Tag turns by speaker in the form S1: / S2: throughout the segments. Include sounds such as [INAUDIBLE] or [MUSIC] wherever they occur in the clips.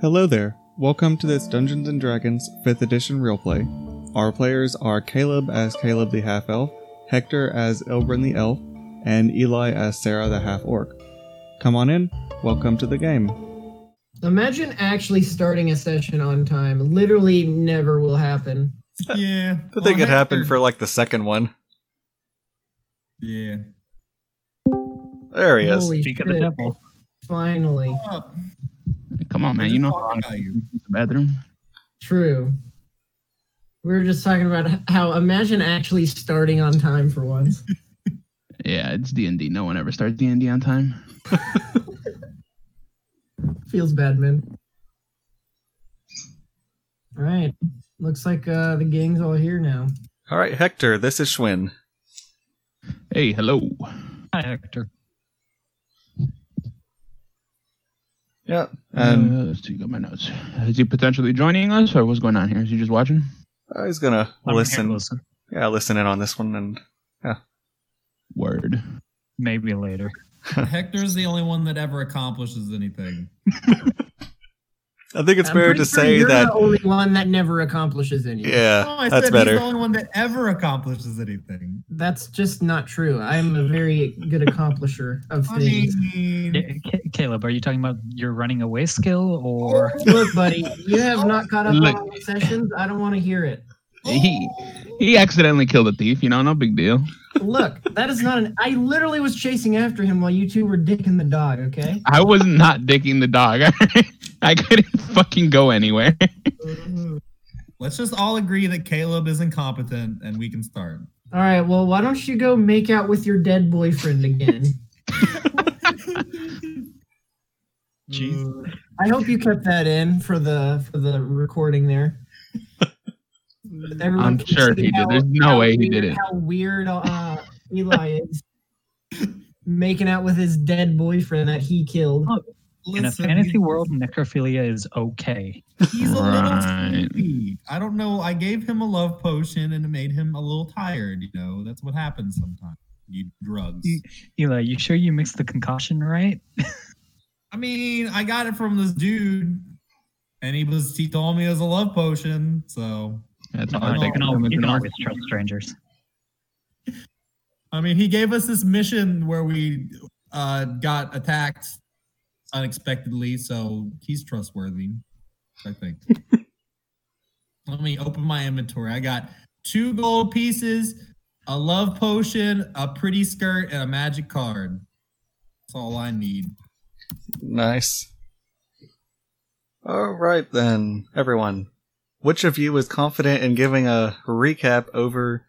S1: Hello there. Welcome to this Dungeons and Dragons 5th Edition real play. Our players are Caleb as Caleb the Half Elf, Hector as Ilbrin the Elf, and Eli as Sarah the Half Orc. Come on in. Welcome to the game.
S2: Imagine actually starting a session on time. Literally never will happen.
S3: Yeah.
S4: I think
S3: Well,
S4: it happened
S3: Hector-
S4: for like the second one. [LAUGHS]
S3: Yeah.
S4: There he is.
S2: Holy
S5: Speak of the
S2: shit,
S5: devil.
S2: Finally.
S3: Oh,
S5: Come on, man.
S3: just
S5: You know how
S3: talking
S5: I'm
S3: about you.
S5: in the bathroom.
S2: True. We were just talking about how imagine actually starting on time for once. [LAUGHS]
S5: Yeah, it's D and D. No one ever starts D and D on time.
S2: Feels bad, man. All right. Looks like uh, the gang's all here now.
S4: All right, Hector, this is Schwinn.
S5: Hey, hello.
S6: Hi, Hector.
S4: Yeah. And
S5: Um, let's take out my notes. Is he potentially joining us, or what's going on here? Is he just watching?
S4: I was going to
S6: I'm
S4: listen.
S6: here, listen.
S4: Yeah, listen in on this one. And
S5: Word.
S6: Maybe later.
S3: Hector's the only one that ever accomplishes anything.
S4: I think it's
S2: I'm
S4: fair
S2: pretty
S4: to
S2: sure
S4: say
S2: you're
S4: that.
S2: the only one that never accomplishes anything.
S4: Yeah,
S3: No, Oh, I
S4: Uh, that's
S3: said
S4: better.
S3: he's the only one that ever accomplishes anything.
S2: That's just not true. I'm a very good accomplisher of
S3: I
S2: things.
S6: Yeah,
S3: mean,
S6: Ca- Caleb, are you talking about your running away skill or
S2: Look, buddy, you have not caught up
S5: Look.
S2: on my sessions. I don't want to hear it.
S5: He he accidentally killed a thief. You know, no big deal.
S2: Look, that is not an. I literally was chasing after him while you two were dicking the dog. Okay.
S5: I was not dicking the dog. [LAUGHS] I couldn't fucking go anywhere.
S3: let's just all agree that Caleb is incompetent and we can start.
S2: All right. Well, why don't you go make out with your dead boyfriend
S5: [LAUGHS]
S2: again?
S6: Jeez.
S2: I hope you kept that in for the for the recording there. Everyone
S5: I'm
S2: can
S5: sure
S2: see
S5: he did.
S2: how-
S5: There's no
S2: how
S5: way he
S2: weird-
S5: didn't.
S2: How weird uh, Eli is making out with his dead boyfriend that he killed.
S6: in a
S3: Listen,
S6: fantasy
S3: he-
S6: world, necrophilia is okay.
S3: he's a little
S5: Right.
S3: sleepy. I don't know. I gave him a love potion and it made him a little tired. You know, that's what happens sometimes. You drugs.
S6: Eli, you sure you mixed the concoction right?
S3: I mean, I got it from this dude, and he was he told me it was a love potion. So
S5: That's all
S6: No,
S5: I
S6: you
S5: think.
S6: can always, you can always trust strangers.
S3: I mean, he gave us this mission where we uh, got attacked unexpectedly. So he's trustworthy,
S2: [LAUGHS]
S3: I think. Let me open my inventory. I got two gold pieces, a love potion, a pretty skirt, and a magic card. That's all I need.
S4: Nice. All right, then, everyone. Which of you is confident in giving a recap over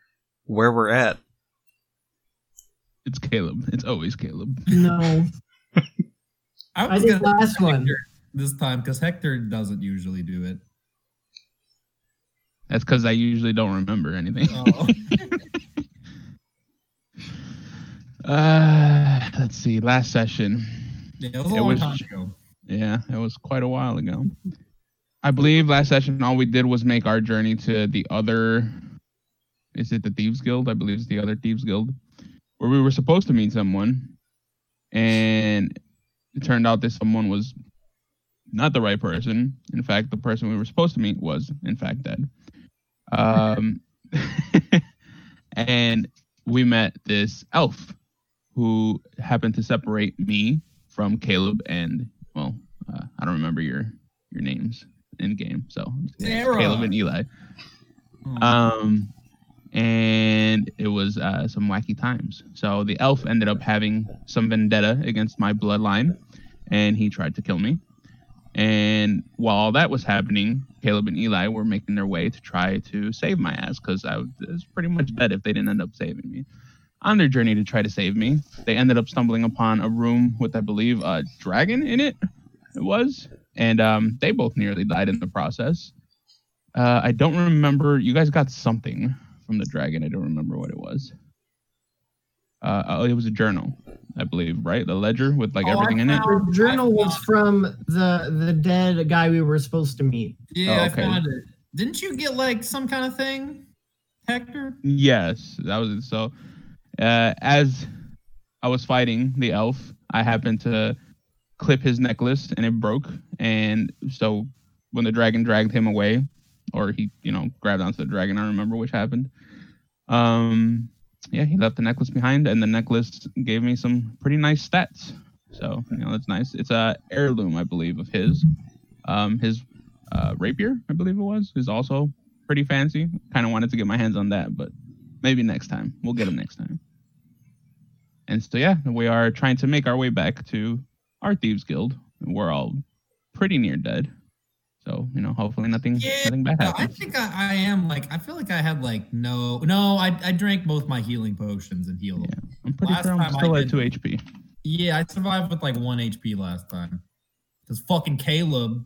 S4: where we're at?
S5: It's Caleb. It's always Caleb.
S2: No, I
S3: was
S2: did
S3: gonna-
S2: last one.
S3: this time because Hector doesn't usually do it.
S5: That's because I usually don't remember [LAUGHS] anything.
S3: Oh. [LAUGHS]
S5: Uh, let's see. Last session.
S3: Yeah, it was a
S5: It
S3: long
S5: was-
S3: time ago.
S5: Yeah, that was quite a while ago. I believe last session all we did was make our journey to the other. Is it the Thieves Guild? I believe it's the other Thieves Guild, where we were supposed to meet someone, and it turned out that someone was not the right person. In fact, the person we were supposed to meet was in fact dead. Um, [LAUGHS] and we met this elf who happened to separate me from Caleb and well, uh, I don't remember your your names in game, so
S3: Sarah.
S5: Caleb and Eli.
S3: Hmm.
S5: Um, and it was uh, some wacky times. So the elf ended up having some vendetta against my bloodline, and he tried to kill me. And while all that was happening, Caleb and Eli were making their way to try to save my ass because I was pretty much dead if they didn't end up saving me. On their journey to try to save me, they ended up stumbling upon a room with, I believe, a dragon in it. It was, and um, they both nearly died in the process. Uh, I don't remember. You guys got something from the dragon. I don't remember what it was. Uh, oh, it was a journal, I believe, right? The ledger with like
S3: Oh, I
S5: everything in it.
S3: found-
S2: the journal was from the the dead guy we were supposed to meet.
S3: Yeah,
S5: Oh, okay.
S3: I found it. Didn't you get like some kind of thing, Hector?
S5: Yes, that was it. So, uh, as I was fighting the elf, I happened to clip his necklace and it broke. And so when the dragon dragged him away, or he, you know, grabbed onto the dragon, I don't remember which happened. Um, yeah, he left the necklace behind, and the necklace gave me some pretty nice stats. So you know that's nice. It's a heirloom, I believe, of his. Um, his uh, rapier, I believe it was, is also pretty fancy. Kind of wanted to get my hands on that, but maybe next time. We'll get him next time. And so yeah, we are trying to make our way back to our thieves guild. We're all pretty near dead, so you know, hopefully nothing
S3: Yeah,
S5: nothing bad
S3: No, I
S5: happens.
S3: think I, I am like I feel like I had like no no I I drank both my healing potions and healed. them.
S5: I'm pretty
S3: last
S5: sure I'm
S3: time I
S5: still at
S3: did-
S5: two HP.
S3: Yeah, I survived with like one HP last time. Cause fucking Caleb.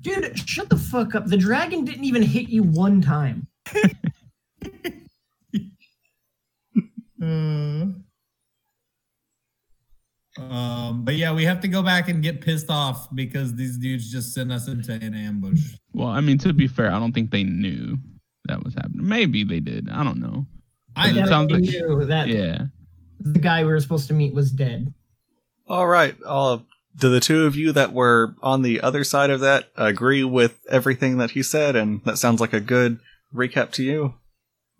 S2: Dude, shut the fuck up. The dragon didn't even hit you one
S3: [LAUGHS]
S2: time.
S3: Uh, um, but yeah, we have to go back and get pissed off because these dudes just sent us into an ambush.
S5: Well, I mean, to be fair, I don't think they knew that was happening. Maybe they did. I don't know.
S3: I
S5: Yeah.
S2: That
S5: sounds
S2: they
S5: like-
S2: knew that
S5: Yeah.
S2: the guy we were supposed to meet was dead.
S4: All right. Uh, do the two of you that were on the other side of that agree with everything that he said? And that sounds like a good recap to you.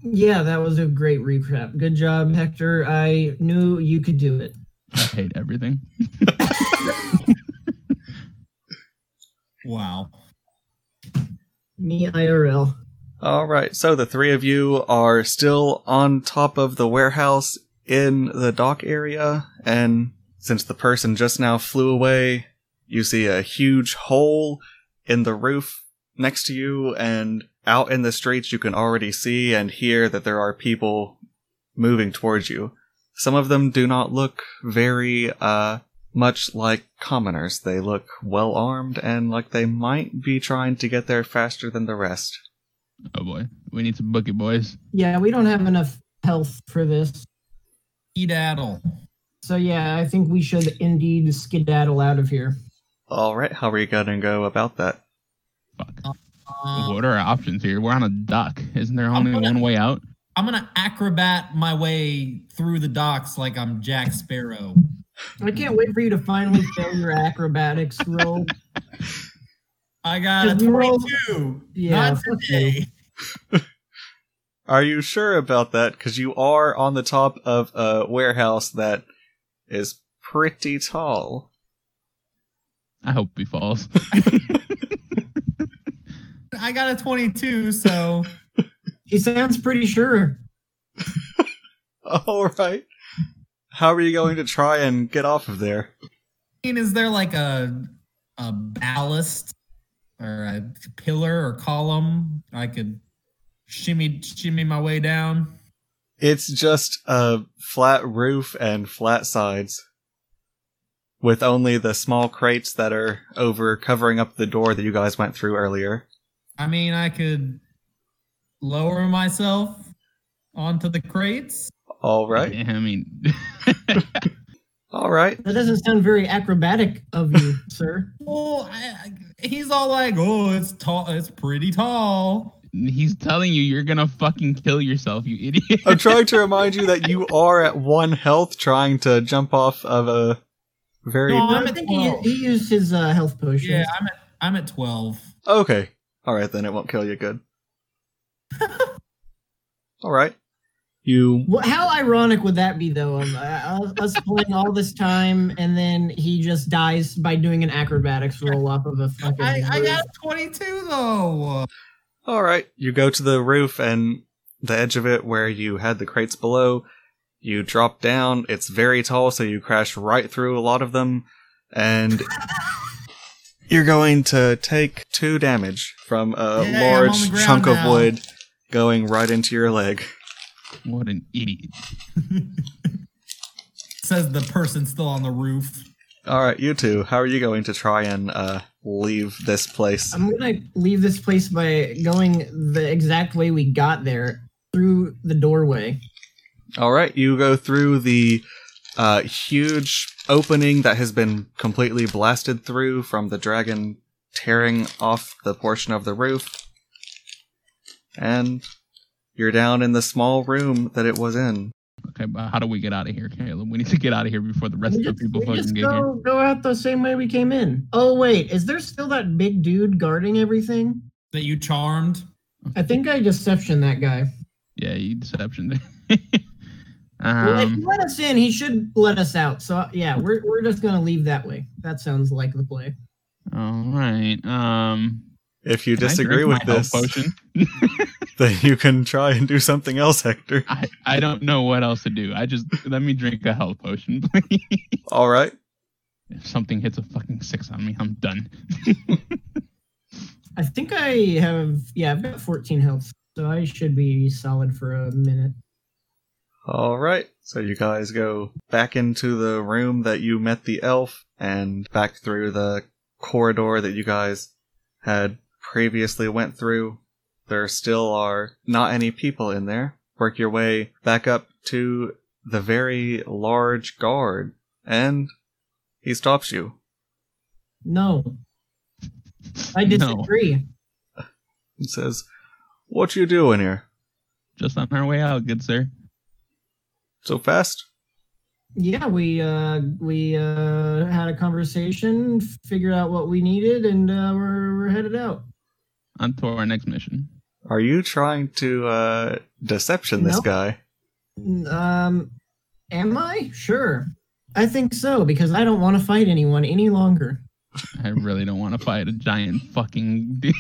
S2: Yeah, that was a great recap. Good job, Hector. I knew you could do it.
S5: I hate
S2: [LAUGHS]
S5: everything.
S3: wow.
S2: Me IRL.
S4: All right. So the three of you are still on top of the warehouse in the dock area. And since the person just now flew away, you see a huge hole in the roof next to you. And out in the streets, you can already see and hear that there are people moving towards you. Some of them do not look very, uh, much like commoners. They look well armed and like they might be trying to get there faster than the rest.
S5: Oh boy. We need some bookie boys.
S2: Yeah, we don't have enough health for this.
S3: Edaddle.
S2: So yeah, I think we should indeed skedaddle out of here.
S4: All right, how are you going to go about that?
S5: Fuck.
S3: Um,
S5: what are our options here? We're on a dock. Isn't
S2: [LAUGHS]
S5: there only
S3: gonna-
S5: one way out?
S3: I'm gonna acrobat my way through the docks like I'm Jack Sparrow.
S2: I can't wait for you to finally fail your acrobatics roll.
S3: I got a
S2: Just roll-
S3: 22.
S2: Yeah,
S3: Not
S2: fuck
S3: today.
S4: Are you sure about that? Because you are on the top of a warehouse that is pretty tall. [LAUGHS]
S5: I hope he falls.
S3: I got a 22, so
S2: [LAUGHS] He sounds pretty sure.
S4: All right. How are you going to try and get off of there?
S3: I mean, is there like a a ballast or a pillar or column I could shimmy shimmy my way down?
S4: It's just a flat roof and flat sides. With only the small crates that are over covering up the door that you guys went through earlier.
S3: I mean, I could lower myself onto the crates.
S4: All right.
S5: Yeah, [LAUGHS] I mean,
S4: All right.
S2: That doesn't sound very acrobatic of you, sir.
S3: Well, I, I- he's all like, "Oh, it's tall. It's pretty tall."
S5: he's telling you you're gonna fucking kill yourself, you idiot. [LAUGHS]
S4: I'm trying to remind you that you are at one health trying to jump off of a very.
S3: No, I'm
S2: I
S3: at
S2: think he,
S3: 12.
S2: he used his uh, health potions.
S3: Yeah, I'm at I'm at 12.
S4: Okay. Alright, then it won't kill you
S3: [LAUGHS]
S4: good. Alright. You.
S2: Well, how ironic would that be, though? Of, uh, us playing all this time, and then he just dies by doing an acrobatics roll off of a fucking.
S3: I, I
S2: roof.
S3: got a 22 though.
S4: Alright. You go to the roof and the edge of it where you had the crates below. You drop down. It's very tall, so you crash right through a lot of them.
S3: [LAUGHS]
S4: And. You're going to take two damage from a
S3: Yay, I'm on
S4: large
S3: the ground
S4: chunk of
S3: now.
S4: wood going right into your leg.
S5: what an idiot.
S3: Says the person still on the roof.
S4: All right, you two. How are you going to try and uh, leave this place?
S2: I'm gonna leave this place by going the exact way we got there through the doorway.
S4: All right, you go through the uh, huge opening that has been completely blasted through from the dragon tearing off the portion of the roof, and you're down in the small room that it was in.
S5: Okay, okay, but how do we get out of here, Caleb? We need to get out of here before the rest
S2: We
S5: of
S2: just,
S5: the people
S2: we
S5: fucking
S2: just
S5: get here.
S2: go, go out the same way we came in. Oh wait, is there still that big dude guarding everything?
S3: That you charmed?
S2: I think I deception that guy.
S5: Yeah, you deception. [LAUGHS]
S2: well, if
S5: um,
S2: he let us in, he should let us out. So uh, yeah, we're we're just gonna leave that way. That sounds like the play.
S5: all right. Um,
S4: If you
S5: can I
S4: disagree
S5: drink
S4: with
S5: my health
S4: this,
S5: potion.
S4: [LAUGHS] then you can try and do something else, Hector.
S5: I, I don't know what else to do. I just let me drink a health potion, [LAUGHS] please.
S4: All right.
S5: If something hits a fucking six on me, I'm done. [LAUGHS]
S2: I think I have yeah, I've got 14 health, so I should be solid for a minute.
S4: All right. So you guys go back into the room that you met the elf and back through the corridor that you guys had previously went through. There still are not any people in there. Work your way back up to the very large guard and he stops you.
S2: No, I
S5: No,
S2: disagree.
S4: and says, "What you doing here?
S5: just on our way out, good sir.
S4: So fast?
S2: Yeah, we uh we uh had a conversation, figured out what we needed, and uh, we're we're headed out.
S5: On to our next mission.
S4: Are you trying to uh deception this
S2: No.
S4: guy?
S2: Um, am I sure? I think so because I don't want to fight anyone any longer.
S5: I really don't want to fight a giant fucking. [LAUGHS] dude.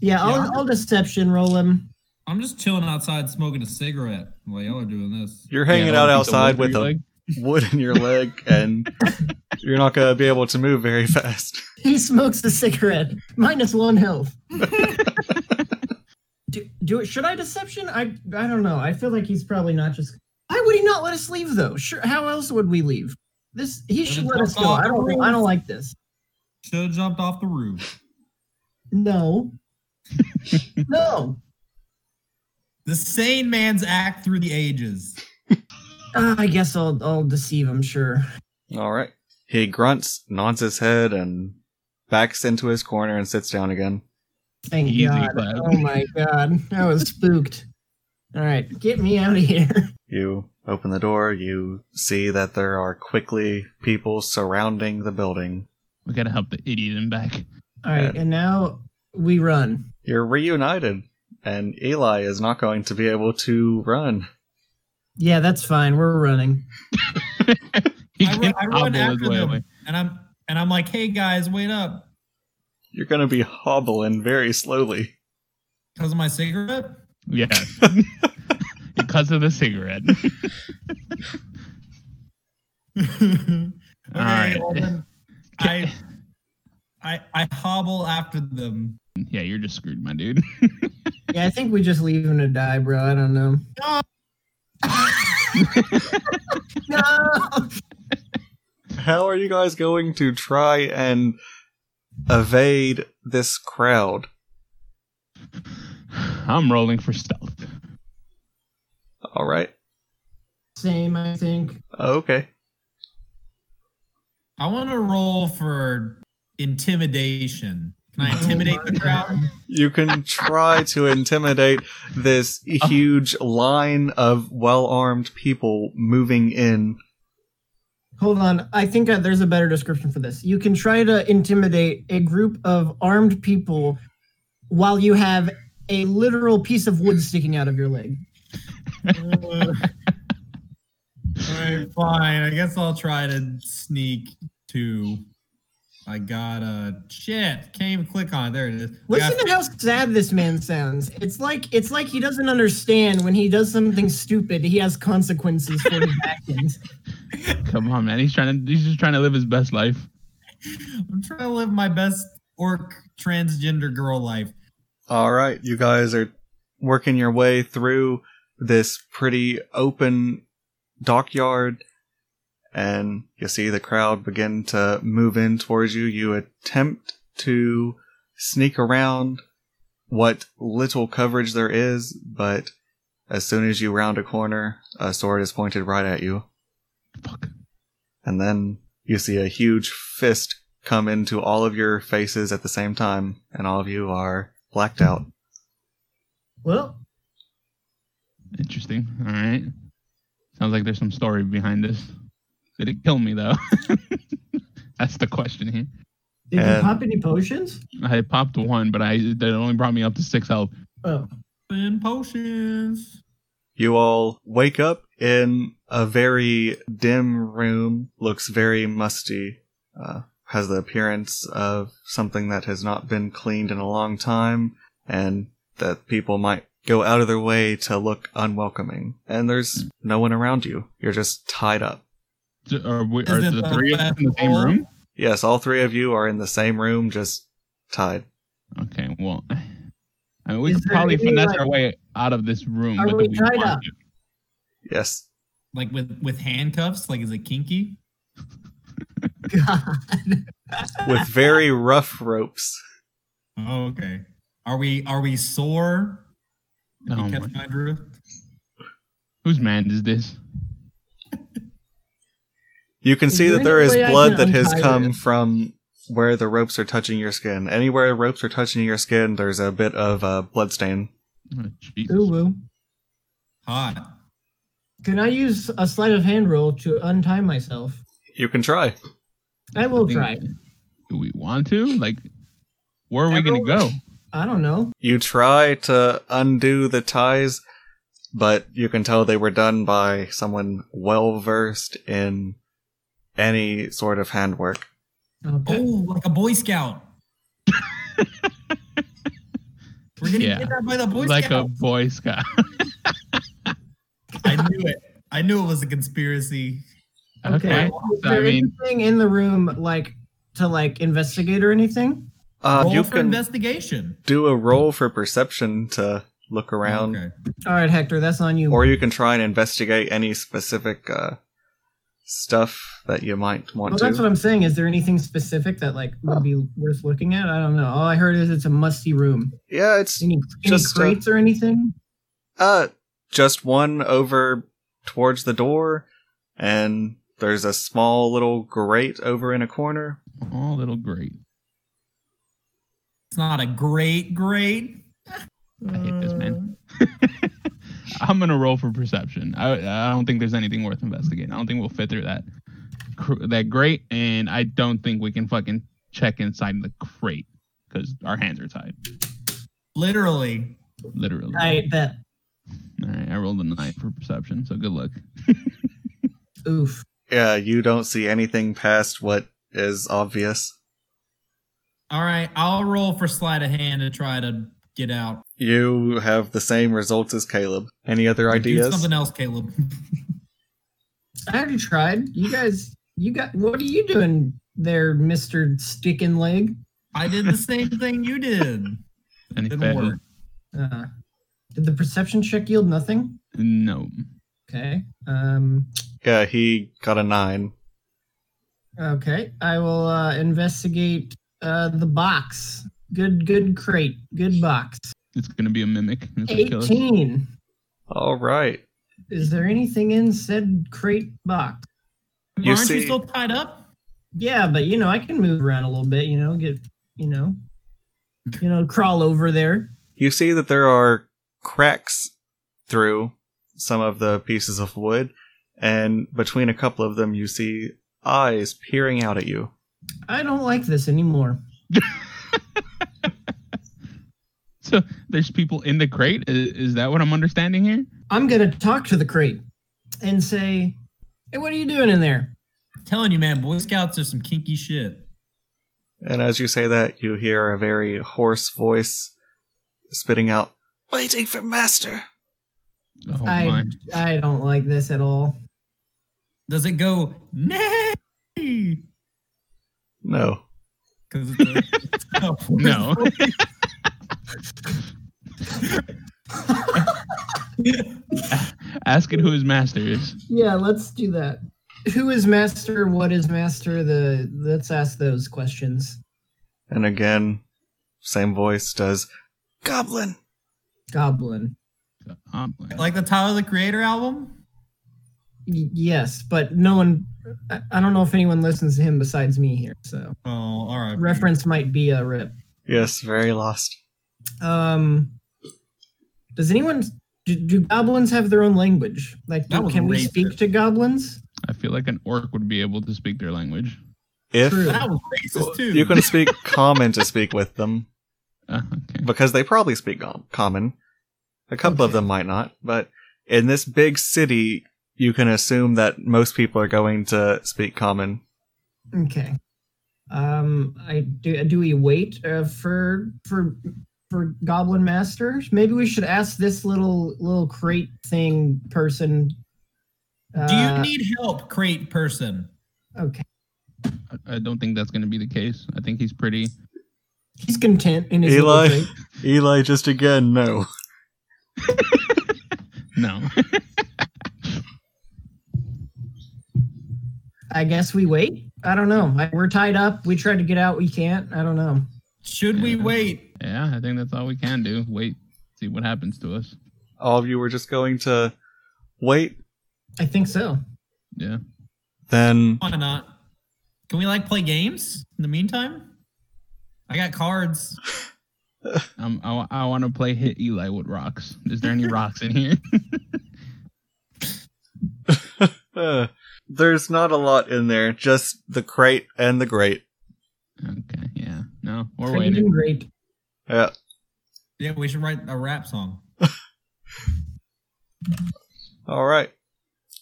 S2: Yeah, I'll,
S3: Yeah.
S2: I'll deception roll him.
S3: I'm just chilling outside smoking a cigarette while y'all are doing this.
S4: You're hanging
S5: Yeah,
S4: out
S5: I don't
S4: outside
S5: think
S4: with
S5: the
S4: a
S5: wood
S4: wood in your leg, and you're not gonna be able to move very fast.
S2: He smokes a cigarette. Minus one health. do, do it? Should I deception? I I don't know. I feel like he's probably not just. Why would he not let us leave though? Sure. How else would we leave? This he should let us go. I don't. think- I don't like this.
S3: Should have jumped off the roof.
S2: No. [LAUGHS] no.
S3: The sane man's act through the ages.
S2: Uh, I guess I'll I'll deceive him. Sure.
S4: All right. He grunts, nods his head, and backs into his corner and sits down again.
S2: Thank
S5: Easy
S2: God.
S5: clap.
S2: Oh my God. I was spooked. All right, get me out of here. [LAUGHS]
S4: You open the door. You see that there are quickly people surrounding the building.
S5: We gotta help the idiot in back. [LAUGHS]
S2: All right, and now we run.
S4: You're reunited, and Eli is not going to be able to run.
S2: Yeah, that's fine. We're running.
S5: He
S3: I run, I
S5: can
S3: run
S5: hobble his
S3: after
S5: way
S3: them,
S5: away.
S3: and I'm and I'm like, hey guys, wait up,
S4: You're gonna be hobbling very slowly.
S3: because of my cigarette. [LAUGHS]
S5: Yes. [LAUGHS] because of
S3: [LAUGHS]
S5: the cigarette.
S3: okay,
S5: All right.
S3: well
S5: [LAUGHS]
S3: then, I I I hobble after them.
S5: Yeah, you're just screwed, my dude. [LAUGHS]
S2: Yeah, I think we just leave him to die, bro. I don't know. [LAUGHS] no.
S4: How are you guys going to try and evade this crowd?
S5: I'm rolling for stealth.
S4: All right.
S2: Same, I think.
S4: Okay.
S3: I want to roll for intimidation. Can
S5: Oh
S3: I intimidate the crowd?
S4: You can try to intimidate this huge line of well armed people moving in.
S2: Hold on. I think uh, there's a better description for this. You can try to intimidate a group of armed people while you have a literal piece of wood sticking out of your leg. Uh,
S3: All right, fine. I guess I'll try to sneak two. I got a shit. Can't even click on it. There it is. I got
S2: Listen to how sad this man sounds. It's like it's like he doesn't understand when he does something stupid, he has consequences for his actions.
S5: Come on, man. He's trying to. He's just trying to live his best life.
S3: I'm trying to live my best orc transgender girl life.
S4: All right. You guys are working your way through this pretty open dockyard, and you see the crowd begin to move in towards you. You attempt to sneak around what little coverage there is, but as soon as you round a corner, a sword is pointed right at you.
S5: Fuck.
S4: And then you see a huge fist come into all of your faces at the same time, and all of you are blacked out.
S2: Well,
S5: Interesting. All right. Sounds like there's some story behind this. Did it kill me though? [LAUGHS] That's the question here.
S2: Did
S4: And-
S2: you pop any potions?
S5: I popped one, but I that only brought me up to six health.
S2: Oh, [LAUGHS]
S3: And potions.
S4: You all wake up in a very dim room, looks very musty, uh, has the appearance of something that has not been cleaned in a long time, and that people might go out of their way to look unwelcoming. And there's no one around you. You're just tied up.
S5: D- Are, we,
S3: Is
S5: are
S3: it
S5: the
S3: the
S5: three of us in the same
S3: festival?
S5: room?
S4: Yes, all three of you are in the same room, just tied.
S5: Okay, well, I mean, we
S2: Is
S5: could
S2: there
S5: probably
S2: any,
S5: finesse
S2: like-
S5: our way out of this room.
S2: Are
S5: but
S2: we
S5: do
S2: tied
S5: want
S2: up?
S5: to?
S4: Yes.
S3: Like with with handcuffs. Like is it kinky?
S2: God. [LAUGHS]
S4: With very rough ropes.
S3: Oh, okay. Are we are we sore? If
S5: Oh
S3: you
S5: my-
S3: catch my drift.
S5: Whose man is this?
S4: You can
S2: Is
S4: see
S2: there
S4: that
S2: any
S4: there is
S2: way I
S4: blood
S2: can
S4: that has
S2: untie
S4: come
S2: this?
S4: from where the ropes are touching your skin. Anywhere ropes are touching your skin, there's a bit of uh, blood stain.
S5: Oh, Jesus.
S2: Ooh, woo.
S3: Hot.
S2: Can I use a sleight of hand roll to untie myself?
S4: You can try.
S2: I will
S5: think-
S2: try.
S5: Do we want to? Like, where are we
S2: Emerald?
S5: going to go?
S2: I don't know.
S4: You try to undo the ties, but you can tell they were done by someone well versed in any sort of handwork.
S2: Okay.
S3: Oh, like a Boy
S5: [LAUGHS]
S3: Scout. We're getting
S5: Yeah.
S3: kidnapped by the Boy
S5: like a
S3: Scout.
S2: [LAUGHS]
S5: Boy Scout.
S3: I knew it. I knew it was a conspiracy.
S5: Oh, okay.
S2: Is
S5: So, I
S2: there
S5: mean,
S2: anything in the room like to like investigate or anything?
S4: Uh,
S3: Roll
S4: you
S3: for
S4: can
S3: investigation.
S4: do a roll for perception to look around,
S3: Okay.
S2: All right, Hector, that's on you.
S4: or you can try and investigate any specific uh, stuff that you might want
S2: well,
S4: to.
S2: that's what I'm saying. Is there anything specific that like would be worth looking at? I don't know. All I heard is it's a musty room.
S4: yeah, it's
S2: Any, any
S4: Just, uh,
S2: crates or anything?
S4: Uh, just one over towards the door, and there's a small little grate over in a corner.
S5: oh, little great.
S3: It's not a great grade.
S5: I hate this man.
S2: Mm.
S5: [LAUGHS] I'm gonna roll for perception. I, I don't think there's anything worth investigating. I don't think we'll fit through that cr- that crate, and I don't think we can fucking check inside the crate because our hands are tied,
S3: Literally.
S5: literally.
S2: I bet.
S5: All right, I rolled a nine for perception, so good luck. [LAUGHS]
S2: Oof.
S4: Yeah, you don't see anything past what is obvious.
S3: All right. I'll roll for sleight of hand to try to get out.
S4: You have the same results as Caleb. Any other
S3: Do
S4: ideas?
S3: something else, Caleb. [LAUGHS]
S2: I already tried. You guys, you got. What are you doing there, Mister Stick and Leg?
S3: I did the same thing you did.
S5: And he
S3: Didn't
S5: failed.
S3: work.
S2: Uh, did the perception check yield nothing?
S5: No,
S2: Okay. Um.
S4: Yeah, he got a nine.
S2: Okay. I will uh, investigate uh, the box. Good. Good crate. Good box.
S5: it's gonna be a mimic. It's gonna kill us.
S2: Eighteen.
S4: All right.
S2: Is there anything in said crate box?
S4: You
S3: Aren't
S4: see-
S3: you still tied up?
S2: Yeah, but you know I can move around a little bit. You know, get you know, you know, crawl over there.
S4: You see that there are cracks through some of the pieces of wood, and between a couple of them, you see eyes peering out at you.
S2: I don't like this anymore.
S5: So there's people in the crate. I- Is, that what I'm understanding here?
S2: I'm gonna talk to the crate and say, "Hey, what are you doing in there?"
S3: telling you, man, Boy Scouts are some kinky shit.
S4: And as you say that, you hear a very hoarse voice spitting out, Waiting for master!
S5: Oh
S2: I
S5: my!
S2: I don't like this at all.
S3: Does it go nay? Because
S4: No.
S3: it's a, [LAUGHS]
S5: No. [LAUGHS] Ask it who his master is.
S2: Yeah, let's do that. Who is master? What is master? The let's ask those questions.
S4: And again, same voice does, Goblin!
S2: Goblin.
S5: Um,
S3: like the Tyler the Creator album.
S2: Y- yes, but no one. I, I don't know if anyone listens to him besides me here. So
S3: Oh, all right.
S2: reference might be a rip.
S4: Yes, very lost.
S2: Um, does anyone Do, do goblins have their own language? Like,
S3: That
S2: do,
S3: was
S2: can we
S3: racist.
S2: speak to goblins?
S5: I feel like an orc would be able to speak their language.
S4: If
S2: True.
S3: That was racist too.
S4: you can speak common to speak with them,
S5: Uh, okay.
S4: because they probably speak com- common. A couple of
S2: Okay.
S4: them might not, but in this big city, you can assume that most people are going to speak common.
S2: Okay. Um, I do. Do we wait uh, for for for goblin masters? Maybe we should ask this little little crate thing person.
S3: Do you
S2: uh,
S3: need help, crate person?
S2: Okay.
S5: I, I don't think that's going to be the case. I think he's pretty.
S2: He's content in his little
S4: Eli?
S2: crate.
S4: Eli, just again, no.
S5: No. [LAUGHS]
S2: I guess we wait. I don't know. I, we're tied up. We tried to get out. We can't. I don't know.
S3: Should we
S5: Yeah.
S3: wait?
S5: yeah, I think that's all we can do. Wait, see what happens to us.
S4: All of you were just going to wait.
S2: I think so.
S5: Yeah.
S4: Then
S3: Why not? Can we like play games in the meantime? I got cards.
S5: Um, I, wa- I want to play Hit Eli with rocks. Is there any rocks in here? [LAUGHS]
S4: uh, there's not a lot in there, just the crate and the grate.
S5: Okay, yeah. No, we're
S2: Crate
S5: waiting.
S2: and great.
S4: Yeah.
S3: Yeah, we should write a rap song.
S4: All right.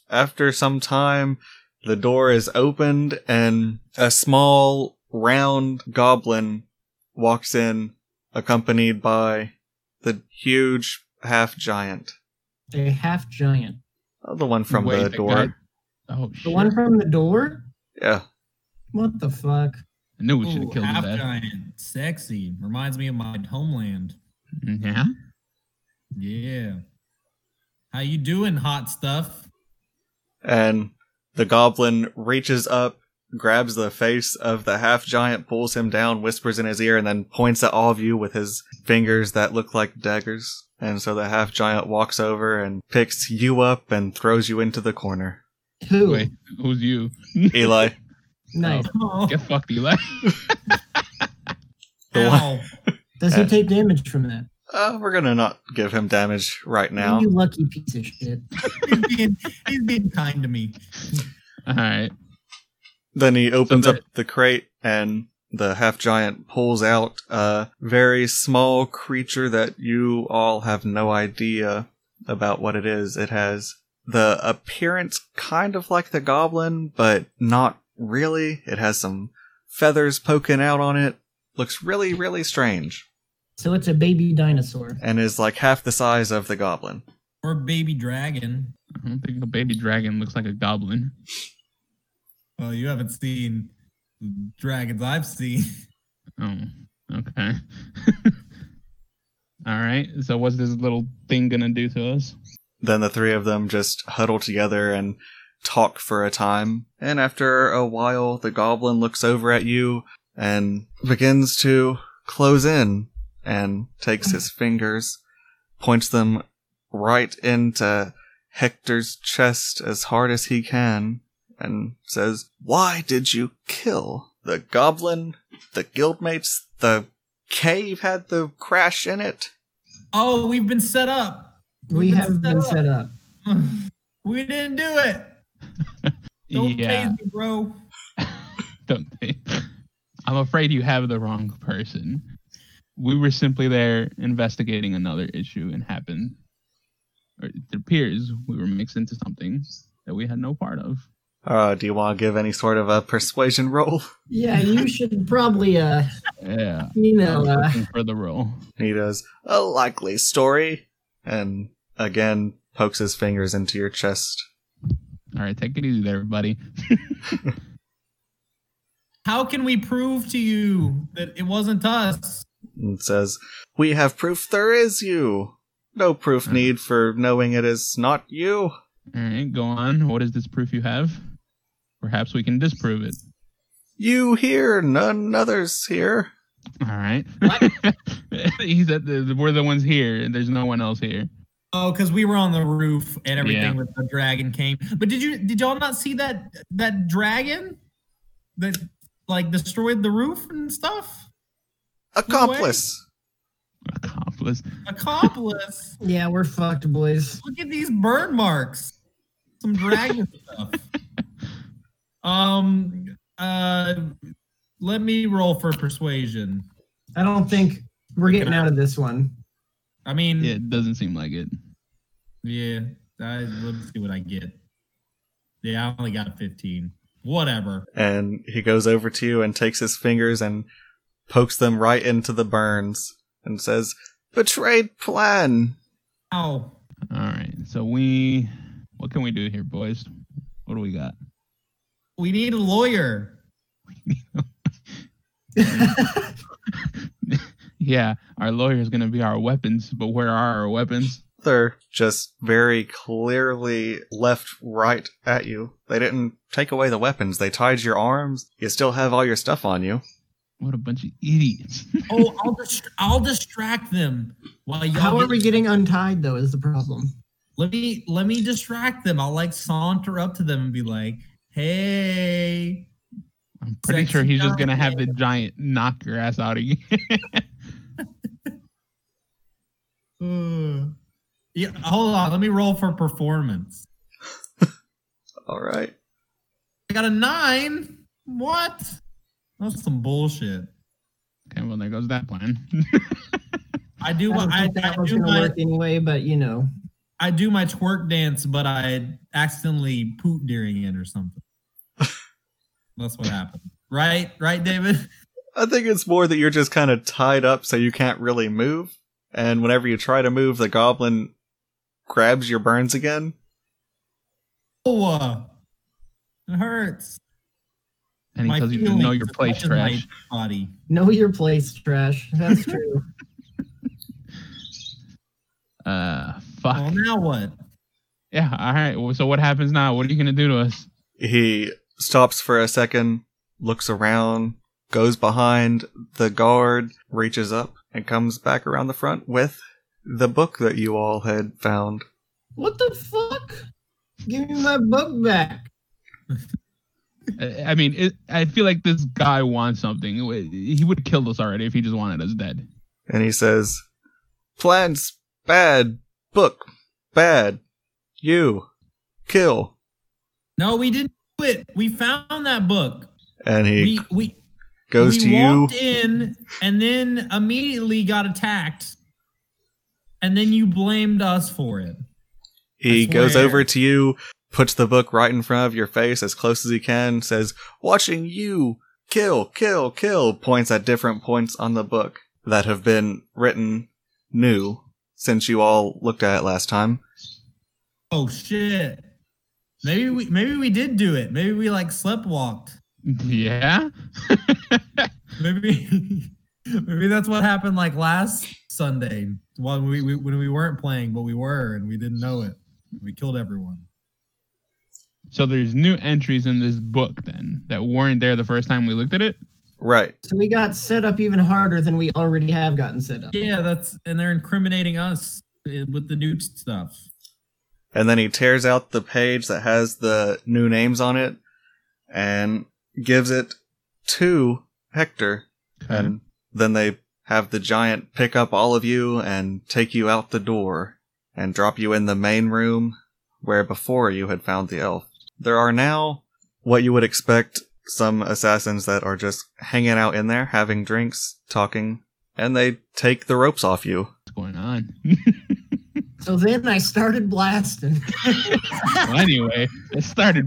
S4: After some time, the door is opened and a small round goblin walks in, accompanied by the huge half giant.
S2: A half giant.
S4: Oh, The one from
S5: Wait,
S4: the
S5: that
S4: door.
S5: guy- Oh, shit.
S2: The one from the door.
S4: Yeah.
S2: What the fuck?
S5: I knew we should
S3: Ooh,
S5: have killed him
S3: half
S5: that.
S3: giant, sexy. Reminds me of my homeland.
S5: Yeah.
S3: Yeah. How you doing, hot stuff?
S4: And the goblin reaches up, grabs the face of the half giant, pulls him down, whispers in his ear, and then points at all of you with his fingers that look like daggers. And so the half giant walks over and picks you up and throws you into the corner.
S2: Who?
S5: Wait, who's you?
S4: Eli,
S2: Nice.
S3: Oh,
S5: Get fucked, Eli. [LAUGHS]
S4: the
S3: ow.
S2: Does
S3: uh,
S2: he take damage from that?
S4: uh, we're gonna not give him damage right now.
S2: You lucky piece of shit.
S3: he's, being, he's being kind to me.
S5: All right.
S4: Then he opens
S5: So
S4: up the crate and the half giant pulls out a very small creature that you all have no idea about what it is. It has the appearance kind of like the goblin, but not really. It has some feathers poking out on it. Looks really, really strange.
S2: So it's a baby dinosaur.
S4: And is like half the size of the goblin.
S3: Or baby dragon.
S5: I don't think a baby dragon looks like a goblin.
S3: Well, you haven't seen the dragons I've seen. [LAUGHS]
S5: Oh, okay. [LAUGHS] All right. So, what's this little thing gonna do to us?
S4: Then the three of them just huddle together and talk for a time. And after a while, the goblin looks over at you and begins to close in and takes his fingers, points them right into Hector's chest as hard as he can, and says, Why did you kill the goblin, the guildmates, the cave had the crash in it?
S3: Oh, we've been set up. [SIGHS]
S2: We
S3: We've
S2: have been set up.
S3: up. We didn't do it. Don't
S5: [LAUGHS] yeah.
S3: tase me, bro.
S5: Don't they? [LAUGHS] I'm afraid you have the wrong person. We were simply there investigating another issue and happened. Or it appears we were mixed into something that we had no part of.
S4: Uh, do you want to give any sort of a persuasion roll?
S2: Yeah, you should probably, uh,
S5: Yeah.
S2: you
S5: I'm
S2: know, uh,
S5: looking for the role.
S4: He does a likely story, and again pokes his fingers into your chest.
S5: All right, take it easy there, buddy.
S3: How can we prove to you that it wasn't us?
S4: and says, "We have proof there is you. No proof need for knowing it is not you.
S5: All right, go on. What is this proof you have? Perhaps we can disprove it.
S4: You here, none others here.
S5: All right. [LAUGHS] he said that we're the ones here. and There's no one else here.
S3: Oh, because we were on the roof and everything
S5: Yeah.
S3: with the dragon came. But did you did y'all not see that that dragon that like destroyed the roof and stuff?
S4: Accomplice."
S5: Accomplice. accomplice.
S3: Accomplice.
S2: Yeah, we're fucked, boys.
S3: [LAUGHS] Look at these burn marks. Some dragon [LAUGHS] stuff. Um. Uh. Let me roll for persuasion.
S2: I don't think we're getting out of this one.
S3: I mean, yeah.
S5: It doesn't seem like it.
S3: I, let me see what I get. Yeah, I only got a fifteen. Whatever.
S4: And he goes over to you and takes his fingers and pokes them right into the burns and says, Betrayed plan!
S3: Ow.
S5: All right. So we, what can we do here, boys? What do we got?
S3: We need a lawyer.
S5: yeah, our lawyer is gonna be our weapons, but where are our weapons?
S4: They're just very clearly left right at you. They didn't take away the weapons, they tied your arms. You still have all your stuff on you.
S5: What a bunch of idiots! [LAUGHS]
S3: Oh, I'll [LAUGHS] dist- I'll distract them while y'all.
S2: How are
S3: get-
S2: we getting untied though? Is the problem?
S3: let me let me distract them. I'll like saunter up to them and be like, "Hey,
S5: I'm pretty
S3: Sexy
S5: sure he's just gonna have the
S3: giant.
S5: giant knock your ass out again.
S3: uh, yeah, hold on. Let me roll for performance.
S4: All right.
S3: I got a nine. What? That's some bullshit.
S5: okay, well there goes that plan. [LAUGHS]
S3: I do.
S2: I
S3: I,
S2: don't
S3: I,
S2: think that one's
S3: do
S2: gonna
S3: my
S2: work anyway, but you know.
S3: I do my twerk dance, but I accidentally poop during it or
S5: [LAUGHS]
S3: something. That's what happened. Right? Right, David. [LAUGHS]
S4: I think it's more that you're just kind of tied up so you can't really move. And whenever you try to move, the goblin grabs your burns again.
S3: Oh, uh, it hurts.
S5: And
S3: My
S5: he tells you to know
S3: feelings
S5: your
S3: are
S5: place,
S3: touching my
S5: trash.
S3: Body.
S2: Know your place, trash. [LAUGHS] That's true.
S5: Uh, fuck.
S3: Well, now what?
S5: Yeah. All right. Well, so what happens now? What are you gonna do to us?
S4: He stops for a second, looks around, goes behind the guard, reaches up, and comes back around the front with the book that you all had found.
S2: what the fuck? Give me my book back.
S5: I, I mean, it, I feel like this guy wants something. He would have killed us already if he just wanted us dead.
S4: And he says, Plans bad, book bad, you kill.
S3: No, we didn't do it. We found that book.
S4: And he
S3: We we
S4: goes
S3: we
S4: to you.
S3: walked in and then immediately got attacked. And then you blamed us for it.
S4: He
S3: I
S4: goes
S3: swear.
S4: over to you, puts the book right in front of your face as close as he can, says, Watching you kill, kill, kill, points at different points on the book that have been written new since you all looked at it last time.
S3: Oh shit. Maybe we maybe we did do it. Maybe we like sleptwalked.
S5: Yeah. [LAUGHS]
S3: Maybe [LAUGHS] maybe that's what happened like last Sunday when we, we when we weren't playing, but we were and we didn't know it. We killed everyone.
S5: So there's new entries in this book then that weren't there the first time we looked at it.
S4: Right.
S2: So we got set up even harder than we already have gotten set up.
S3: Yeah, that's and they're incriminating us eh, with the new stuff.
S4: And then he tears out the page that has the new names on it and gives it to Hector.
S5: Mm-hmm.
S4: And then they have the giant pick up all of you and take you out the door and drop you in the main room where before you had found the elf. There are now what you would expect some assassins that are just hanging out in there, having drinks, talking, and they take the ropes off you.
S5: What's going on? [LAUGHS]
S2: So then I started blasting. [LAUGHS]
S5: well, anyway, it started.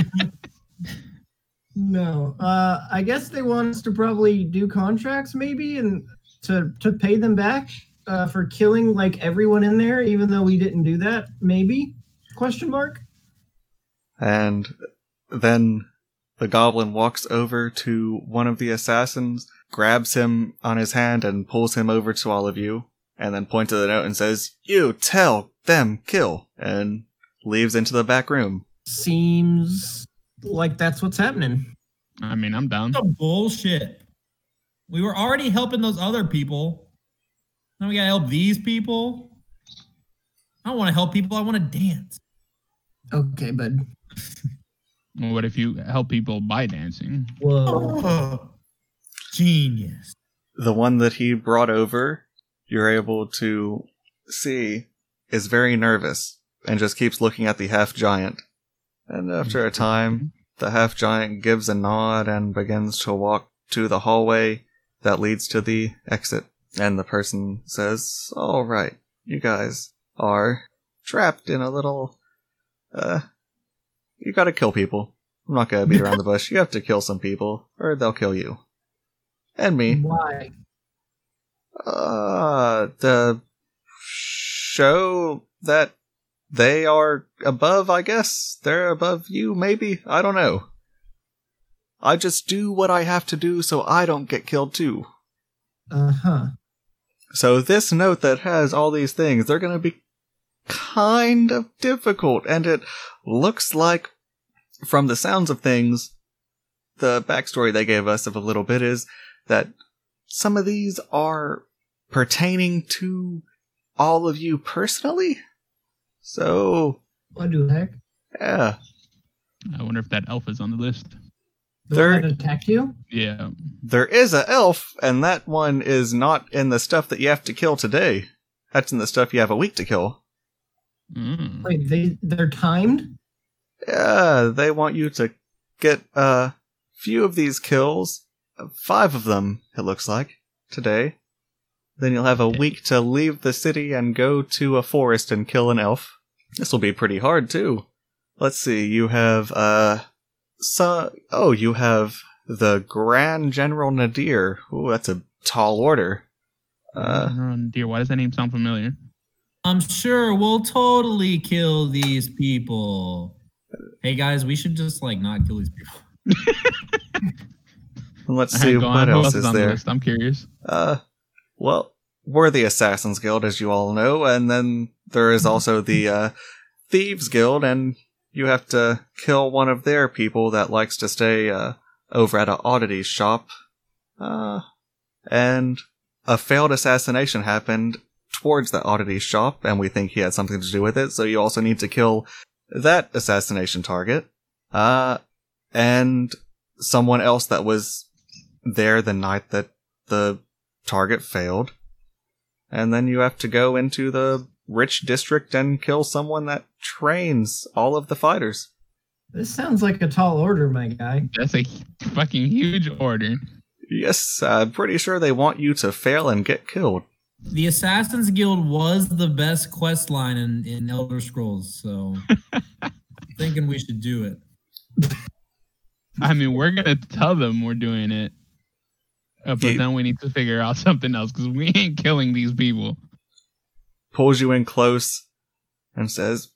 S5: [LAUGHS]
S2: No, uh, I guess they want us to probably do contracts, maybe, and to to pay them back uh, for killing like everyone in there, even though we didn't do that. Maybe? Question mark.
S4: And then the goblin walks over to one of the assassins, grabs him on his hand, and pulls him over to all of you, and then points at the note and says, You tell them kill, and leaves into the back room.
S2: Seems like that's what's happening.
S5: I mean, I'm down.
S3: What the bullshit. We were already helping those other people. Now we gotta help these people. I don't want to help people. I want to dance.
S2: Okay, bud.
S5: What if you help people by dancing?
S2: Whoa.
S3: Oh, genius.
S4: The one that he brought over you're able to see is very nervous and just keeps looking at the half giant. And after a time, the half giant gives a nod and begins to walk to the hallway that leads to the exit. And the person says, All right, you guys are trapped in a little. Uh, you gotta kill people. I'm not gonna beat around the bush. You have to kill some people, or they'll kill you. And me.
S2: Why?
S4: Uh, the show that they are above, I guess. They're above you, maybe. I don't know. I just do what I have to do so I don't get killed too.
S2: Uh huh.
S4: So this note that has all these things, they're going to be kind of difficult, and it looks like, from the sounds of things, the backstory they gave us of a little bit is that some of these are pertaining to all of you personally. So,
S2: What the heck?
S4: yeah,
S5: I wonder if that elf is on the list.
S2: The one
S4: Third.
S2: that attacked you?
S5: Yeah.
S4: there is a elf, and that one is not in the stuff that you have to kill today. That's in the stuff you have a week to kill.
S5: Mm.
S2: Wait, they they're timed?
S4: Yeah, they want you to get a few of these kills, five of them, it looks like, today. Then you'll have a
S5: Okay.
S4: week to leave the city and go to a forest and kill an elf. This will be pretty hard, too. Let's see, you have, uh, so, oh, you have the Grand General Nadir. Ooh, that's a tall order. Uh,
S5: General Deer, Oh, why does that name sound familiar?
S3: I'm sure we'll totally kill these people. Hey guys, we should just like not kill these people.
S4: and let's
S5: Hang
S4: see
S5: on,
S4: what
S5: who
S4: else is
S5: on
S4: there.
S5: The list? I'm curious.
S4: Uh, well, we're the Assassin's Guild, as you all know, and then there is also the uh, Thieves Guild, and you have to kill one of their people that likes to stay uh, over at a oddity shop. Uh, and a failed assassination happened towards the oddity shop, and we think he had something to do with it, so you also need to kill that assassination target. Uh, and someone else that was there the night that the target failed. And then you have to go into the rich district and kill someone that trains all of the fighters.
S2: This sounds like a tall order, my guy.
S5: That's a fucking huge order.
S4: Yes, I'm pretty sure they want you to fail and get killed.
S3: The Assassin's Guild was the best quest line in, in Elder Scrolls, so thinking we should do it.
S5: I mean, we're gonna tell them we're doing it, uh, but
S4: Yeah.
S5: then we need to figure out [LAUGHS] something else because we ain't killing these people.
S4: Pulls you in close and says,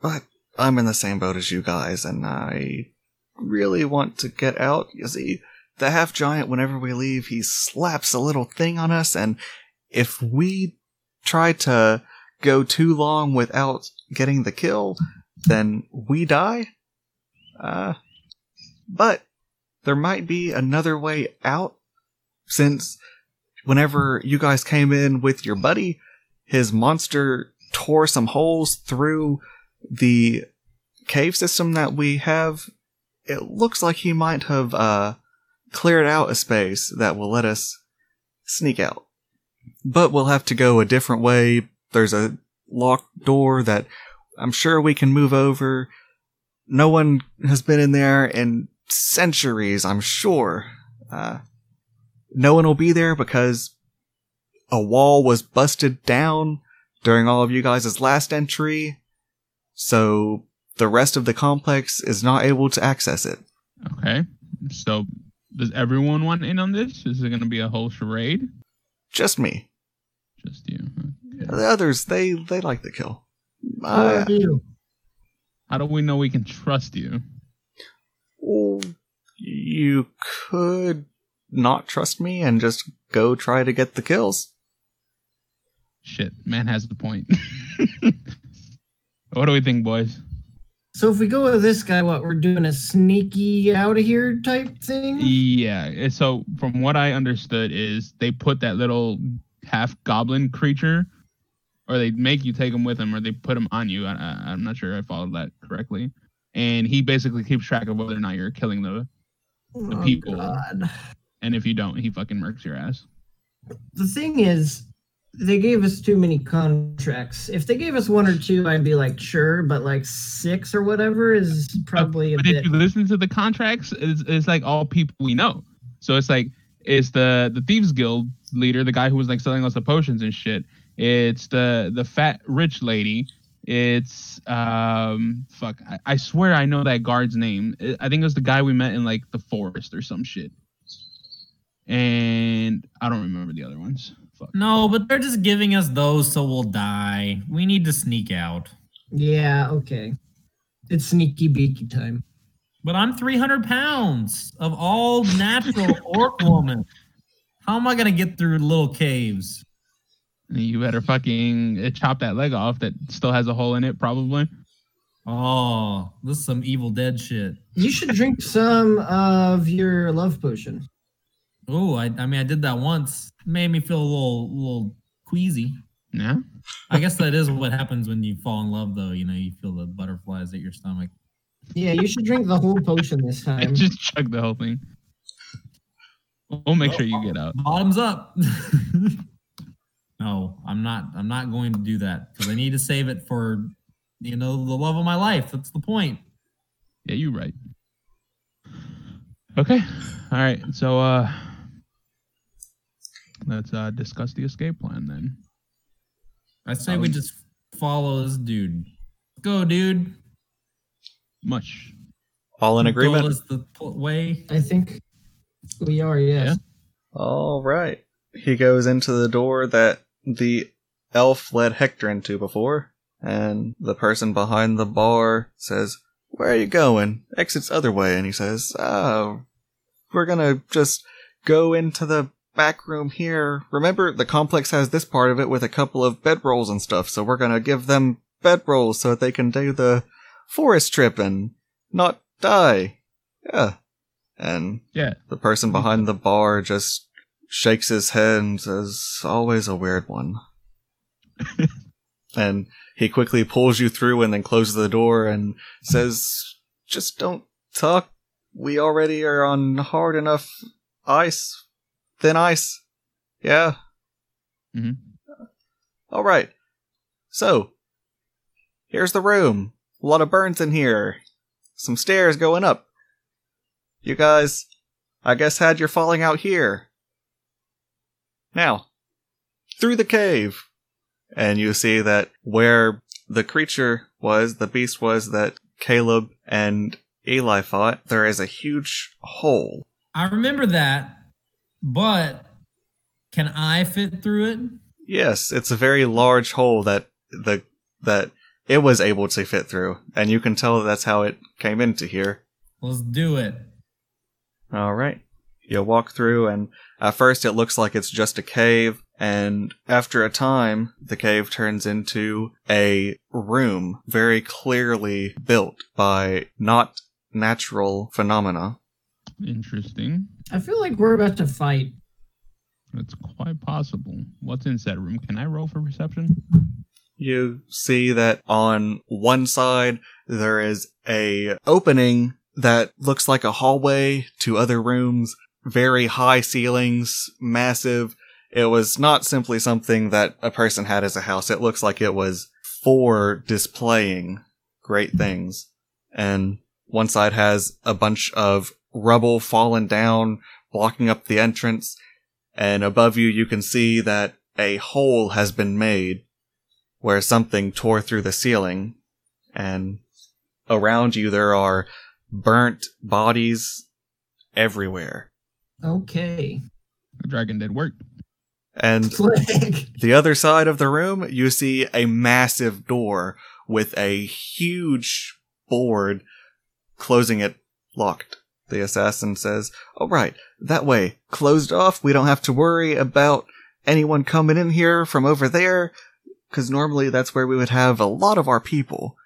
S4: But I'm in the same boat as you guys, and I really want to get out. You see, the half giant, whenever we leave, he slaps a little thing on us, and if we try to go too long without getting the kill, then we die. Uh, but there might be another way out, since whenever you guys came in with your buddy, his monster tore some holes through the cave system that we have, it looks like he might have uh, cleared out a space that will let us sneak out. But we'll have to go a different way. There's a locked door that I'm sure we can move over. No one has been in there in centuries, I'm sure. Uh, no one will be there because a wall was busted down during all of you guys' last entry. So the rest of the complex is not able to access it.
S5: Okay, so does everyone want in on this? Is it gonna be a whole charade?
S4: Just me.
S5: Just you. Okay.
S4: The others, they they like the kill. Uh,
S2: Who
S5: Uh,
S4: I-
S2: are you?
S5: How do we know we can trust you?
S4: you could not trust me and just go try to get the kills.
S5: Shit, man has the point. [LAUGHS] what do we think, boys?
S2: So if we go with this guy, what we're doing a sneaky out of here type thing?
S5: Yeah. and So from what I understood is they put that little half goblin creature, or they make you take him with them, or they put him on you. I, I, I'm not sure I followed that correctly. And he basically keeps track of whether or not you're killing the,
S2: Oh,
S5: people.
S2: God.
S5: and if you don't, he fucking murks your ass.
S2: The thing is, they gave us too many contracts. If they gave us one or two, I'd be like, sure, but like six or whatever is probably a
S5: but if
S2: bit.
S5: you listen to the contracts, it's, it's like all people we know. So it's like it's the the thieves guild leader, the guy who was like selling us the potions and shit. It's the the fat rich lady. It's um fuck. I, I swear I know that guard's name. I- I think it was the guy we met in like the forest or some shit. And I don't remember the other ones. Fuck.
S3: No, but they're just giving us those so we'll die. We need to sneak out.
S2: Yeah, okay. It's sneaky beaky time.
S3: But I'm 300 pounds of all natural orc woman. How am I going to get through little caves?
S5: You better fucking uh, chop that leg off that still has a hole in it, probably.
S3: Oh, this is some Evil Dead shit.
S2: You should
S5: [LAUGHS]
S2: drink some of your love potion.
S3: Oh, I, I mean, I did that once. Made me feel a little, little queasy.
S5: Yeah.
S3: I guess that is what happens when you fall in love, though. You know, you feel the butterflies at your stomach.
S2: Yeah, you should drink the whole potion this
S5: [LAUGHS] I
S2: time.
S5: just chug the whole thing. We'll make sure you get out.
S3: Bottoms up. [LAUGHS] no, I'm not. I'm not going to do that because I need to save it for, you know, the love of my life. That's the point.
S5: Yeah, you're right. Okay. All right. So uh let's uh discuss the escape plan then.
S3: I say we just follow this dude. Go, dude.
S5: Much.
S4: All in
S3: Goal
S4: agreement.
S3: is the pl- way.
S2: I think we are, yes.
S5: Yeah.
S4: All right. He goes into the door that the elf led Hector into before, and the person behind the bar says, Where are you going? Exits other way, and he says, Oh, we're gonna just go into the back room here. Remember, the complex has this part of it with a couple of bedrolls and stuff, so we're gonna give them bedrolls so that they can do the forest trip and not die. Yeah. And
S5: Yeah.
S4: the person behind the bar just shakes his head and says, Always a weird one. and he quickly pulls you through and then closes the door and says, Just don't talk. We already are on hard enough ice. Thin ice. Yeah.
S5: Mhm.
S4: All right. So, here's the room. A lot of burns in here. Some stairs going up. You guys I guess had your falling out here. Now, through the cave. And you see that where the creature was, the beast was that Caleb and Eli fought, there is a huge hole.
S3: I remember that, but can I fit through it?
S4: Yes, it's a very large hole that the that it was able to fit through, and you can tell that's how it came into here.
S3: Let's do it.
S4: All right. You walk through, and at first it looks like it's just a cave, and after a time, the cave turns into a room very clearly built by not natural phenomena.
S5: Interesting.
S2: I feel like we're about to fight.
S5: That's quite possible. What's in said room? Can I roll for reception?
S4: You see that on one side there is a opening that looks like a hallway to other rooms, very high ceilings, massive. It was not simply something that a person had as a house. It looks like it was for displaying great things. And one side has a bunch of rubble fallen down, blocking up the entrance. And above you, you can see that a hole has been made where something tore through the ceiling, and around you there are burnt bodies everywhere.
S2: Okay. [LAUGHS]
S5: The dragon did work.
S4: And
S2: Flag.
S4: the other side of the room, you see a massive door with a huge board closing it locked. The assassin says, All right, that way, closed off. We don't have to worry about anyone coming in here from over there, because normally that's where we would have a lot of our people.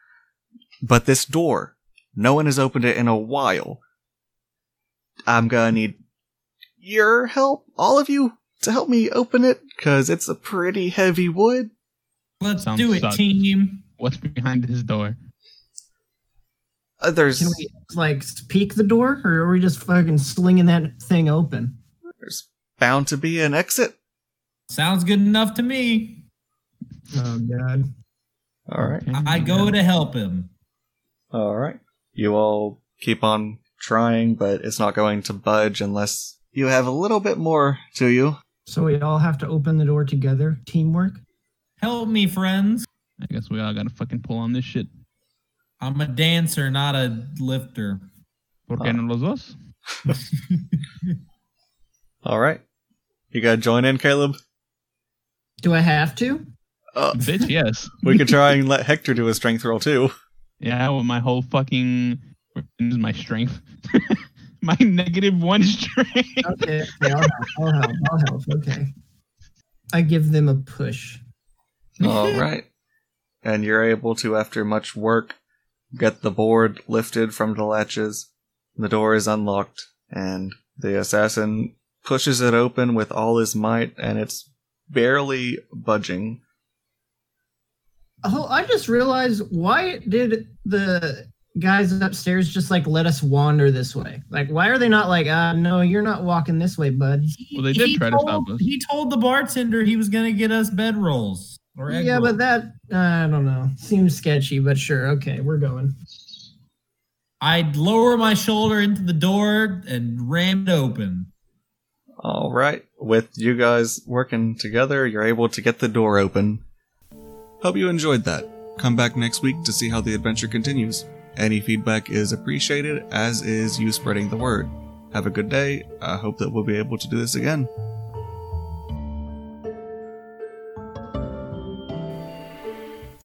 S4: But this door, no one has opened it in a while. I'm gonna need your help, all of you, to help me open it because it's a pretty heavy wood.
S3: Let's
S5: Sounds
S3: do it,
S5: sucks.
S3: team.
S5: What's behind this door?
S4: Uh, there's,
S2: Can we like peek the door or are we just fucking slinging that thing open?
S4: there's bound to be an exit.
S3: Sounds good enough to me.
S2: Oh god.
S4: All right.
S3: I go to help him.
S4: All right. You all keep on trying, but it's not going to budge unless you have a little bit more to you.
S2: So we all have to open the door together. Teamwork.
S3: Help me, friends.
S5: I guess we all gotta fucking pull on this shit.
S3: I'm a dancer, not a lifter.
S5: ¿Por qué no los
S3: [LAUGHS]
S5: dos?
S4: All right. You gotta join in, Caleb.
S2: Do I have to?
S4: Uh,
S5: Bitch, yes.
S4: we could try and let Hector do a strength roll too.
S5: Yeah, with my whole fucking this is my strength. [LAUGHS] my negative one [LAUGHS] strength.
S2: Okay. okay, I'll help. I'll help. I'll help. Okay. I give them a push. [LAUGHS]
S4: All Oh, right. And you're able to, after much work, get the board lifted from the latches. The door is unlocked, and the assassin pushes it open with all his might, and it's barely budging.
S2: Oh, I just realized why did the guys upstairs just like let us wander this way? Like, why are they not like, uh, no, you're not walking this way, bud?
S5: Well, they did try to
S3: told,
S5: stop us.
S3: He told the bartender he was going to get us bedrolls. Or egg
S2: Yeah,
S3: rolls.
S2: but that I don't know. Seems sketchy, but sure. Okay, we're going.
S3: I'd lower my shoulder into the door and ram it open.
S4: All right. With you guys working together, you're able to get the door open.
S1: Hope you enjoyed that. Come back next week to see how the adventure continues. Any feedback is appreciated, as is you spreading the word. Have a good day. I hope that we'll be able to do this again.